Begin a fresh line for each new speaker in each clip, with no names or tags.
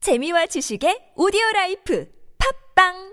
재미와 지식의 오디오 라이프 팝빵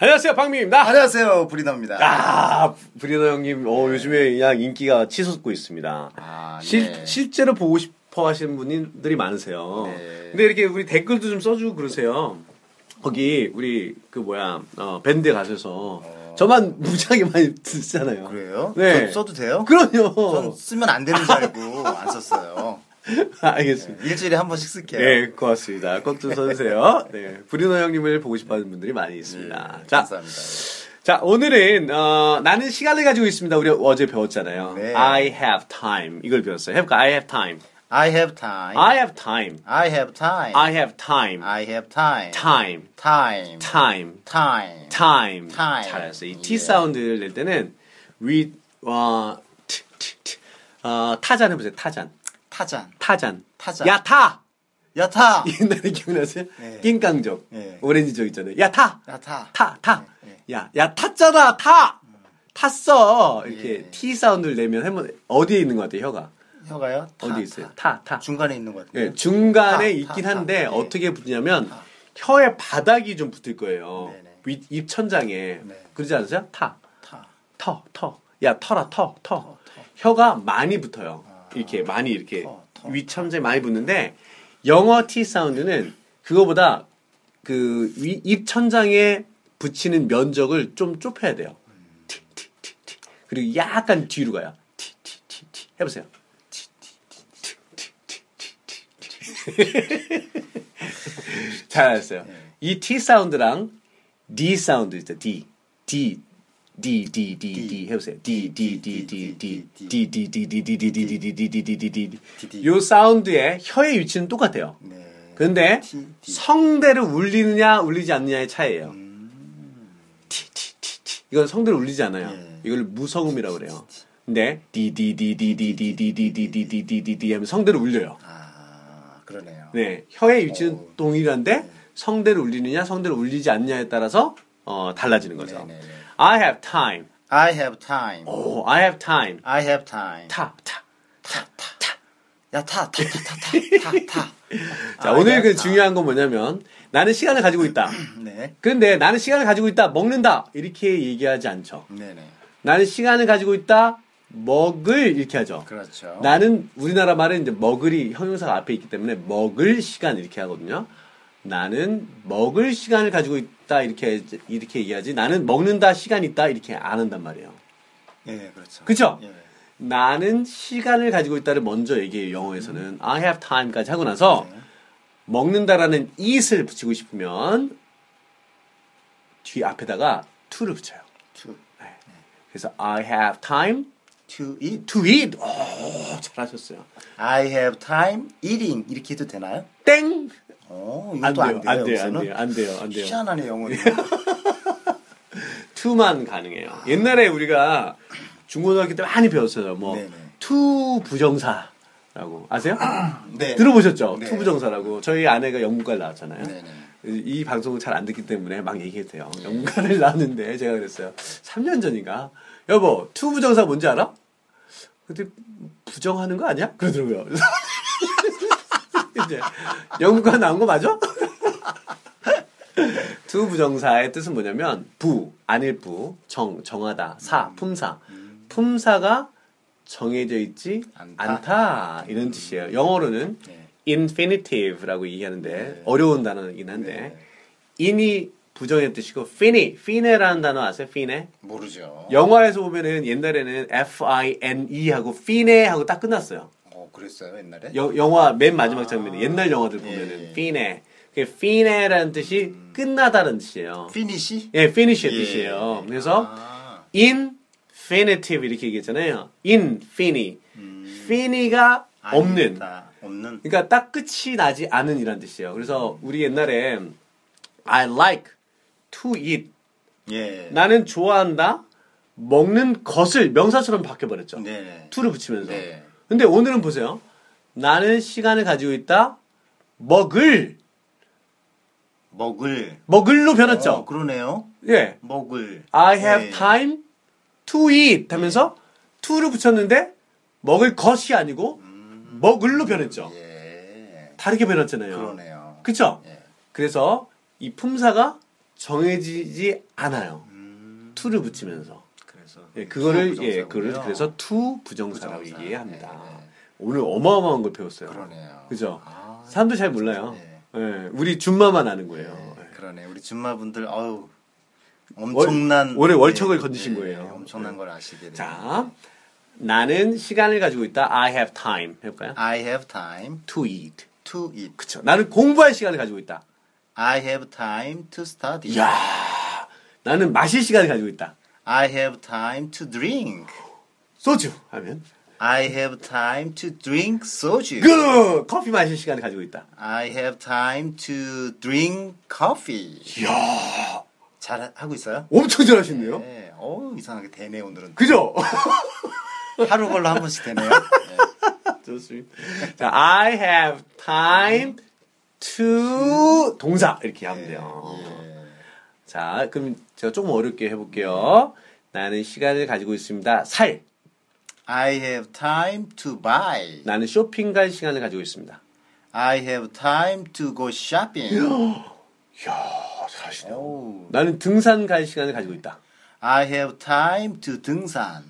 안녕하세요, 박민입니다.
안녕하세요, 브리너입니다.
네. 아, 브리더 형님, 어, 요즘에 그냥 인기가 치솟고 있습니다.
아,
실,
네.
실제로 보고 싶어 하시는 분들이 많으세요.
네.
근데 이렇게 우리 댓글도 좀 써주고 그러세요. 거기, 우리, 그 뭐야, 어, 밴드에 가셔서. 저만 무지하게 많이 듣잖아요.
어. 그래요?
네.
저 써도 돼요? 전
그럼요.
쓰면 안 되는 줄 알고 안 썼어요.
알겠습니다.
일주일에 한 번씩 쓸게요.
네, 고맙습니다. 꼭 좀 써주세요. 네, 브리노 형님을 보고 싶어 하는 분들이 많이 있습니다.
네,
자,
감사합니다.
자, 오늘은, 어, 나는 시간을 가지고 있습니다. 우리 어제 배웠잖아요.
네.
I have time. 이걸 배웠어요. 해볼까? I have time.
I have time.
I have time.
I have time.
I have time.
I have time.
time.
time.
time.
time.
time.
time.
잘했어요. 이 T
예.
사운드를 낼 때는, we, 어, t, t, t. 어, 타잔 해보세요. 타잔.
타잔.
타잔.
타잔.
야, 타!
야타.
옛날에 기억나세요?
네.
낑깡족.
네.
오렌지족 있잖아요. 야, 타!
야타.
타, 타.
네,
야, 야, 탔잖아, 타! 탔어! 이렇게
예.
T 사운드를 내면 해면 어디에 있는 것 같아요, 혀가?
혀가요? 타,
어디 있어요?
타.
타, 타.
중간에 있는 것 같아요.
예, 중간에
타,
있긴
타, 타.
한데,
예.
어떻게 붙냐면, 혀의 바닥이 좀 붙을 거예요.
네네.
윗, 입 천장에.
네.
그러지 않으세요? 타,
타.
터, 터. 야, 터라, 터, 터. 혀가 많이 붙어요. 이렇게, 많이 이렇게.
어, 아. 터, 터.
윗 천장에 많이 붙는데, 영어 T 사운드는 그거보다 그, 위- 입 천장에 붙이는 면적을 좀 좁혀야 돼요.
음.
티, 티, 티, 티. 그리고 약간 뒤로 가요. 티, 티, 티, 티. 해보세요. 티, 티, 티, 티, 티, 티, 티, 티, 티. 잘하셨어요. 이 T 사운드랑 D 사운드 있죠. D, D, D, D, D, D 해보세요. D, D, D, D, D, D, D, D, D, D, D, D, D, D, D, D, D, D, D, D. 요 사운드의 혀의 위치는 똑같아요.
네.
근데
T, D.
성대를 울리느냐 울리지 않느냐의 차이예요.
음.
티, 티, 티, 티. 이건 성대를 울리지 않아요.
예.
이걸 무성음이라고 그래요. 근데 디디디디디디디디디디디디 하면 성대를 울려요.
아, 그러네요.
네,
어.
혀의 위치는
네.
동일한데 성대를 울리느냐 성대를 울리지 않느냐에 따라서 어, 달라지는 거죠.
네, 네, 네.
I have time.
I have time.
오, I have time.
I have time.
어. 타, 타.
타, 타, 타. 야, 타, 타, 타, 타, 타, 타.
자,
아,
오늘
네,
그
타.
중요한 건 뭐냐면 나는 시간을 가지고 있다.
네.
그런데 나는 시간을 가지고 있다. 먹는다. 이렇게 얘기하지 않죠.
네네.
나는 시간을 가지고 있다. 먹을 이렇게 하죠.
그렇죠.
나는 우리나라 말은 이제 먹을이 형용사가 앞에 있기 때문에 먹을 시간 이렇게 하거든요. 나는 먹을 시간을 가지고 있다 이렇게 이렇게 얘기하지. 나는 먹는다 시간 있다 이렇게 안 한단 말이에요.
예, 그렇죠.
그죠?
예.
나는 시간을 가지고 있다를 먼저 얘기해요. 영어에서는 I have time까지 하고 나서 먹는다라는 it을 붙이고 싶으면 뒤 앞에다가 to를 붙여요.
To,
그래서 I have time
to eat.
to eat.
어,
오, 잘하셨어요.
I have time eating. 이렇게 해도 되나요?
땡!
어,
안 돼요.
이것도 안 돼요.
안 돼요. 안
여기서는?
돼요. 안 돼요. 예. 안 돼요.
희한하네, 영어는.
투만 가능해요. 옛날에 우리가 중고등학교 때 많이 배웠어요. 뭐
네네.
투 부정사라고 아세요?
네.
들어보셨죠?
네.
투 부정사라고 저희 아내가 영문과를 나왔잖아요.
네네.
이 방송을 잘 안 듣기 때문에 막 얘기해도 돼요. 영문과를 나왔는데 제가 그랬어요. 3년 전인가 여보 투 부정사 뭔지 알아? 근데 부정하는 거 아니야? 그러더라고요. 그래서 이제 영문과 나온 거 맞아? 두 부정사의 뜻은 뭐냐면 부, 안일부, 정, 정하다, 사, 품사. 품사가 정해져 있지 않다,
않다.
이런 뜻이에요. 영어로는
네.
infinitive라고 얘기하는데 어려운 단어이긴 한데 in이 부정의 뜻이고 fini, fine라는 단어 아세요? fine?
모르죠.
영화에서 보면은 옛날에는 f-i-n-e 하고 fine 하고 딱 끝났어요.
어, 그랬어요, 옛날에?
여- 영화 맨 마지막 장면에 옛날 영화들 보면은
예.
fine. 그 fine라는 뜻이 끝나다라는 뜻이에요.
피니시?
예, finish의
예.
뜻이에요. 그래서
아,
infinitive 이렇게 얘기했잖아요. infini. fini가 없는.
음. 아니다. 없는.
그러니까 딱 끝이 나지 않은 이란 뜻이에요.
음.
그래서 우리 옛날에 I like to eat.
예.
나는 좋아한다. 먹는 것을 명사처럼 바뀌어 버렸죠.
네네.
to를 붙이면서.
네.
근데 오늘은 보세요. 나는 시간을 가지고 있다. 먹을
먹을.
먹을로 변했죠.
어, 그러네요.
예.
먹을.
그렇죠. I have
예.
time to eat
네.
하면서 to를 붙였는데 먹을 것이 아니고 먹을로 변했죠.
음. 예.
다르게 변했잖아요.
그러네요.
그쵸?
예.
그래서 이 품사가 정해지지 않아요.
음,
투를 붙이면서.
그래서
예, 그거를
투
예, 그거를
부정사고요.
그래서 투 부정사라고
부정사.
얘기합니다.
예, 예.
오늘 어마어마한 걸 배웠어요.
그러네요.
그죠?
아,
사람들 잘 몰라요.
예.
예, 우리 줌마만 아는
예,
거예요. 예.
그러네. 우리 줌마분들 아우 엄청난
월- 올해 월척을 건지신 거예요.
엄청난
예.
걸 아시게
자, 나는 시간을 가지고 있다. I have time 해볼까요?
I have time
To eat.
to eat.
그쵸. 나는 공부할 시간을 가지고 있다.
I have time to study.
이야, 나는 마실 시간을 가지고 있다.
I have time to drink.
소주 하면
I have time to drink 소주.
그 커피 마실 시간을 가지고 있다.
I have time to drink coffee.
이야,
잘 하고 있어요?
엄청 잘하시네요.
네. 어 이상하게 되네 오늘은.
그죠?
하루 걸로 한 번씩 되네요. 네.
좋습니다. 자, I have time to 동사 이렇게 하면 돼요. 자, 그럼 제가 조금 어렵게 해볼게요. 나는 시간을 가지고 있습니다. 살.
I have time to buy.
나는 쇼핑 갈 시간을 가지고 있습니다.
I have time to go shopping.
이야, 잘하시네요.
오.
나는 등산 갈 시간을 가지고 있다.
I have time to 등산.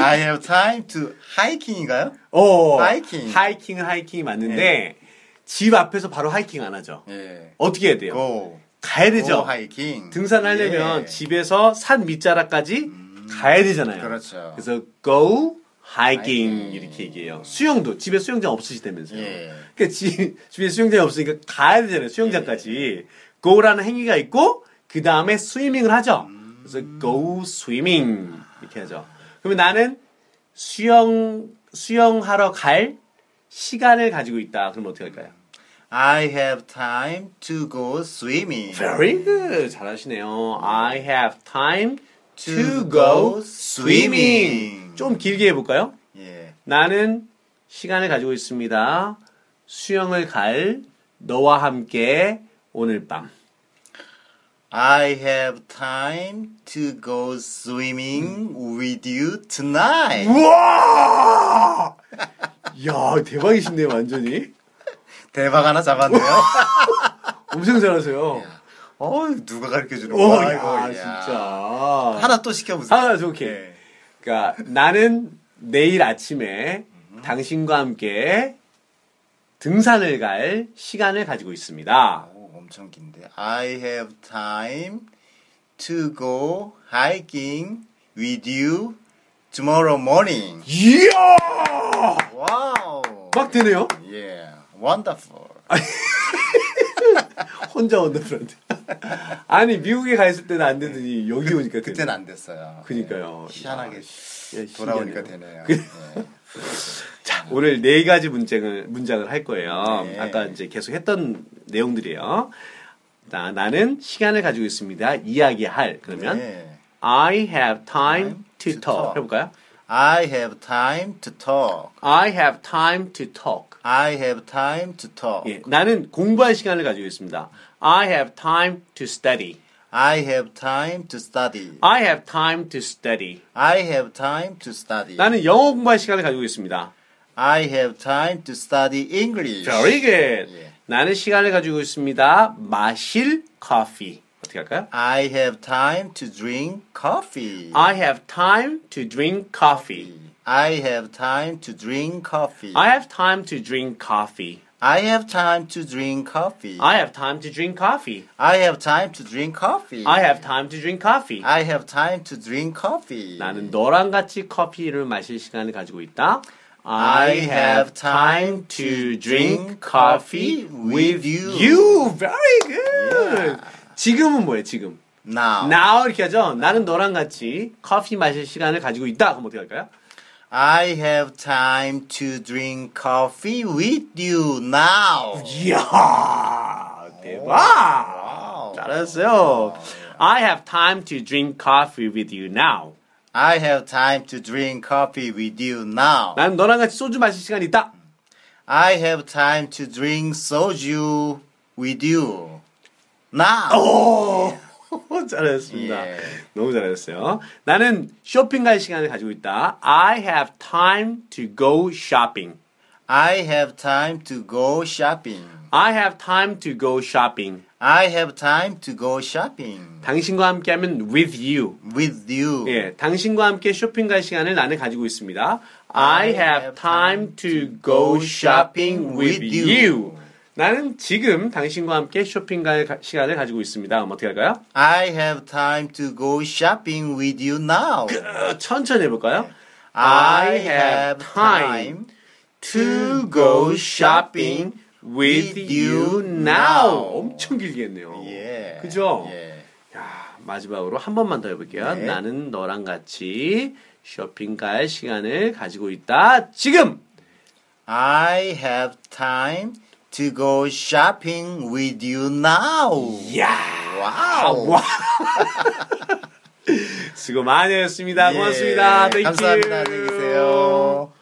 I have time to hiking인가요?
오,
하이킹.
하이킹은 하이킹이 맞는데, 집 앞에서 바로 하이킹 안 하죠.
예.
어떻게 해야 돼요?
Go.
가야
go
되죠.
hiking.
등산하려면
예. 음,
집에서 산 밑자락까지 가야 되잖아요.
그렇죠.
래서 go hiking
하이킹.
이렇게 얘기해요. 수영도 집에 수영장 없으시다면서요.
예.
그러니까 지, 집에 수영장이 없으니까 가야 되잖아요.
예.
수영장까지. go라는 행위가 있고 그 다음에 스위밍을 하죠.
음.
그래서 go swimming 이렇게 하죠. 그러면 나는 수영 수영하러 갈 시간을 가지고 있다. 그러면 어떻게 할까요?
I have time to go swimming.
Very good. 잘하시네요. I have time to go swimming. 좀 길게 해볼까요?
예.
나는 시간을 가지고 있습니다. 수영을 갈 너와 함께 오늘 밤.
I have time to go swimming with you tonight.
우와! 야 대박이신데 완전히.
대박 하나 잡았네요.
엄청 잘하세요.
어, 누가 가르쳐 주는
오,
거야,
야,
이거. 야.
진짜.
하나 또 시켜보세요.
하나 더, 오케이.
예.
네. 그러니까 나는 내일 아침에 당신과 함께 등산을 갈 시간을 가지고 있습니다.
오, 엄청 긴데. I have time to go hiking with you tomorrow morning.
이야!
와우.
막 되네요.
예. wonderful.
혼자 온다 그런데. 아니 미국에 가 있을 때는 안 되더니 여기 오니까 되네.
그때는 안 됐어요.
그니까요.
예. 희한하게
야,
돌아오니까
그러니까. 신기하네요.
되네요. 예.
자, 오늘 네 가지 문장을 문장을 할 거예요.
네.
아까 이제 계속 했던 내용들이에요. 나, 나는 시간을 가지고 있습니다. 이야기할 그러면
예.
I have 네. time to
To
talk.
talk.
해볼까요?
I have time to talk.
I have time to talk.
I have time to talk.
예, 나는 공부할 시간을 가지고 있습니다. I have time to study.
I have time to study.
I have time to study.
I have time to study.
나는 영어 공부할 시간을 가지고 있습니다.
I have time to study English.
Very good.
예.
나는 시간을 가지고 있습니다. 마실 커피. 어떻게 할까요?
I have time to drink coffee.
I have time to drink coffee.
I have time to drink coffee.
I have time to drink coffee.
I have time to drink coffee.
I have time to drink coffee.
I have time to drink coffee.
I have time to drink coffee.
I have time to drink coffee.
나는 너랑 같이 커피를 마실 시간을 가지고 있다.
I have time to drink coffee with you.
You very good. 지금은 뭐예요? 지금.
now.
Now 이렇게 하죠. 나는 너랑 같이 커피 마실 시간을 가지고 있다. 그럼 어떻게 할까요?
I have time to drink coffee with you now.
이야 대박. 잘했어요. I have time to drink coffee with you now.
I have time to drink coffee with you now.
나는 너랑 같이 소주 마실 시간 있다.
I have time
Oh.
to drink soju with you now.
잘하셨습니다.
예.
너무 잘하셨어요. 나는 쇼핑 갈 시간을 가지고 있다. I have time to go shopping.
I have time to go shopping.
I have time to go shopping.
I have time to go shopping
당신과 함께하면 with you.
with you.
예, 당신과 함께 쇼핑 갈 시간을 나는 가지고 있습니다. I have time to go shopping with you. 나는 지금 당신과 함께 쇼핑 갈 가- 시간을 가지고 있습니다. 그럼 어떻게 할까요?
I have time to go shopping with you now.
어, 천천히 해볼까요?
I have time
to go shopping with you now. 엄청 길게 했네요.
예.
그죠?
예.
야, 마지막으로 한 번만 더 해볼게요.
네.
나는 너랑 같이 쇼핑 갈 시간을 가지고 있다. 지금!
I have time to go shopping with you now.
야
와우.
와. 수고 많이 하셨습니다.
예,
고맙습니다. Thank you.
감사합니다. 안녕히 예. 계세요.